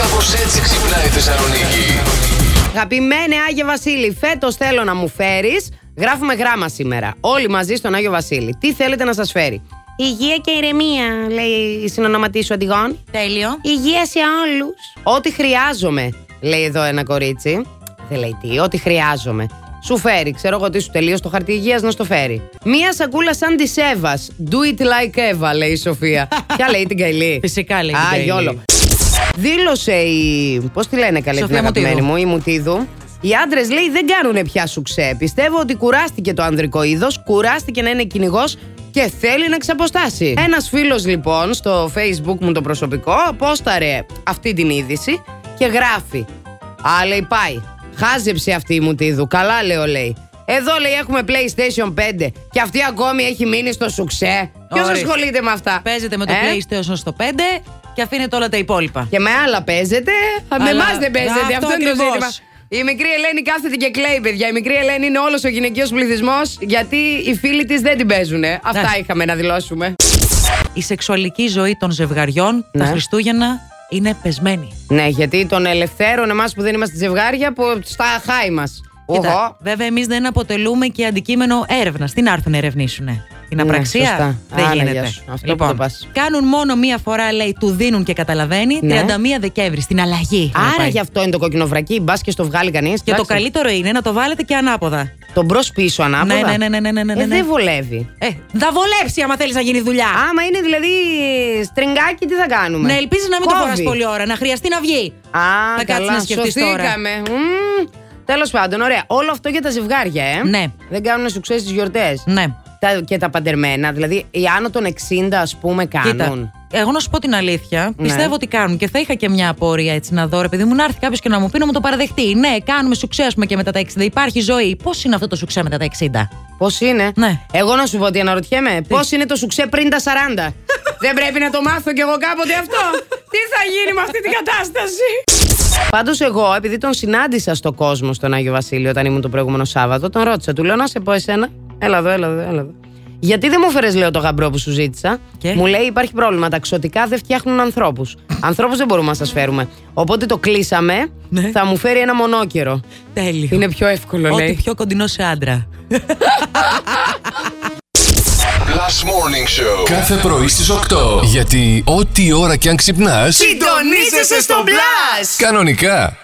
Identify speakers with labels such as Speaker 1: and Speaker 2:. Speaker 1: Κάπως έτσι ξυπνάει η Θεσσαλονίκη.
Speaker 2: Αγαπημένε Άγιο Βασίλη, φέτος θέλω να μου φέρεις. Γράφουμε γράμμα σήμερα. Όλοι μαζί στον Άγιο Βασίλη. Τι θέλετε να σας φέρει. Υγεία και ηρεμία, λέει η συνονόματή σου Αντιγόν.
Speaker 3: Τέλειο.
Speaker 2: Υγεία σε όλους. Ό,τι χρειάζομαι, λέει εδώ ένα κορίτσι. Δεν λέει τι, ό,τι χρειάζομαι. Σου φέρει, ξέρω εγώ τι σου τελείω το χαρτί υγείας να στο φέρει. Μία σακούλα σαν της Εύας. Do it like Eva, λέει η Σοφία. Ποια λέει την Καηλή.
Speaker 3: Φυσικά λέει την
Speaker 2: Α,
Speaker 3: Καηλή.
Speaker 2: γιόλο. Δήλωσε η. Πώς τη λένε καλή την
Speaker 3: Σοφία
Speaker 2: αγαπημένη
Speaker 3: Μουτίδου.
Speaker 2: μου, η Μουτίδου. Οι άντρες λέει δεν κάνουν πια σουξέ. Πιστεύω ότι κουράστηκε το ανδρικό είδος, κουράστηκε να είναι κυνηγός και θέλει να ξαποστάσει. Ένας φίλος λοιπόν στο facebook μου το προσωπικό πόσταρε αυτή την είδηση και γράφει. Α, λέει πάει. Χάζεψε αυτή η Μουτίδου. Καλά λέω λέει. Εδώ λέει έχουμε PlayStation 5 και αυτή ακόμη έχει μείνει στο σουξέ. Ποιο
Speaker 3: Ορίστε.
Speaker 2: ασχολείται με αυτά.
Speaker 3: Παίζετε με το
Speaker 2: ε?
Speaker 3: PlayStation στο 5 και αφήνετε όλα τα υπόλοιπα.
Speaker 2: Και με άλλα παίζεται. α, Με
Speaker 3: Αλλά-
Speaker 2: εμάς δεν παίζεται. Αυτό,
Speaker 3: Αυτό
Speaker 2: είναι το
Speaker 3: ακριβώς.
Speaker 2: ζήτημα. Η μικρή Ελένη κάθεται και κλαίει, παιδιά. Η μικρή Ελένη είναι όλος ο γυναικείος πληθυσμός, γιατί οι φίλοι της δεν την παίζουν. ε. Αυτά
Speaker 3: Εντάξει.
Speaker 2: είχαμε να δηλώσουμε.
Speaker 3: Η σεξουαλική ζωή των ζευγαριών
Speaker 2: Ναι.
Speaker 3: τα Χριστούγεννα είναι πεσμένη.
Speaker 2: Ναι, γιατί των ελευθέρων, εμάς που δεν είμαστε ζευγάρια, που στα χάη μας.
Speaker 3: Κοίτα, βέβαια, εμείς δεν αποτελούμε και αντικείμενο έρευνα. Τι να έρθουν να ερευνήσουνε. Την
Speaker 2: Ναι,
Speaker 3: απραξία
Speaker 2: σωστά.
Speaker 3: δεν
Speaker 2: Άρα, γεια
Speaker 3: γίνεται.
Speaker 2: σου. Αυτό που το
Speaker 3: λοιπόν,
Speaker 2: πας.
Speaker 3: κάνουν μόνο μία φορά, λέει, του δίνουν και καταλαβαίνει.
Speaker 2: Ναι.
Speaker 3: 31 Δεκέμβρη, στην αλλαγή. είχαμε
Speaker 2: Άρα
Speaker 3: πάει.
Speaker 2: γι' αυτό είναι το κόκκινο βρακί, μπας και στο βγάλει κανείς.
Speaker 3: Και το καλύτερο είναι να το βάλετε και ανάποδα.
Speaker 2: Τον μπρος πίσω ανάποδα.
Speaker 3: Ναι, ναι, ναι, ναι, ναι, ναι,
Speaker 2: Ε,
Speaker 3: ναι.
Speaker 2: δεν βολεύει.
Speaker 3: Ε, θα βολέψει άμα θέλεις να γίνει δουλειά.
Speaker 2: Άμα είναι δηλαδή στριγκάκι, τι θα κάνουμε.
Speaker 3: Να ελπίζει Ναι, να μην το
Speaker 2: Κόβει.
Speaker 3: φοράς πολλή ώρα, να χρειαστεί να βγει.
Speaker 2: Α,
Speaker 3: Θα κάτσεις
Speaker 2: καλά.
Speaker 3: να σκεφτείς τώρα.
Speaker 2: Σωθήκαμε. Τέλος πάντων, ωραία. Όλο αυτό για τα ζευγάρια, ε.
Speaker 3: Ναι.
Speaker 2: Δεν κάνουν σου ξέρει τις γιορτές.
Speaker 3: Ναι.
Speaker 2: Και τα παντερμένα. Δηλαδή, οι άνω των 60, ας πούμε, κάνουν.
Speaker 3: Κοίτα. Εγώ να σου πω την αλήθεια.
Speaker 2: Ναι.
Speaker 3: Πιστεύω ότι κάνουν και θα είχα και μια απορία έτσι να δω. ρε Επειδή μου να έρθει κάποιος και να μου πει να μου το παραδεχτεί. Ναι, κάνουμε σουξέ ας πούμε, και μετά τα 60. Υπάρχει ζωή. Πώς είναι αυτό το σουξέ μετά τα 60.
Speaker 2: Πώς είναι.
Speaker 3: Ναι.
Speaker 2: Εγώ να σου πω ότι αναρωτιέμαι. Πώς είναι το σουξέ πριν τα 40. Δεν πρέπει να το μάθω κι εγώ κάποτε αυτό. Τι θα γίνει με αυτή την κατάσταση. Πάντως, εγώ, επειδή τον συνάντησα στο κόσμο στον Άγιο Βασίλειο όταν ήμουν το προηγούμενο Σάββατο, τον ρώτησα. Του λέω να σε πω εσένα. Έλα εδώ, έλα εδώ, έλα εδώ. Γιατί δεν μου φέρες, λέω, το γαμπρό που σου ζήτησα.
Speaker 3: Και?
Speaker 2: Μου λέει υπάρχει πρόβλημα. Τα ξωτικά δεν φτιάχνουν ανθρώπους. ανθρώπους δεν μπορούμε να σας φέρουμε. Οπότε το κλείσαμε.
Speaker 3: Ναι.
Speaker 2: Θα μου φέρει ένα μονόκερο.
Speaker 3: Τέλειο.
Speaker 2: Είναι πιο εύκολο,
Speaker 3: Ό,τι
Speaker 2: λέει.
Speaker 3: πιο κοντινό σε άντρα.
Speaker 1: Last Morning Show.
Speaker 4: Κάθε πρωί στις 8. Γιατί ό,τι ώρα κι αν ξυπνάς,
Speaker 2: Συντονίζεσαι στο μπλα!
Speaker 4: κανονικά.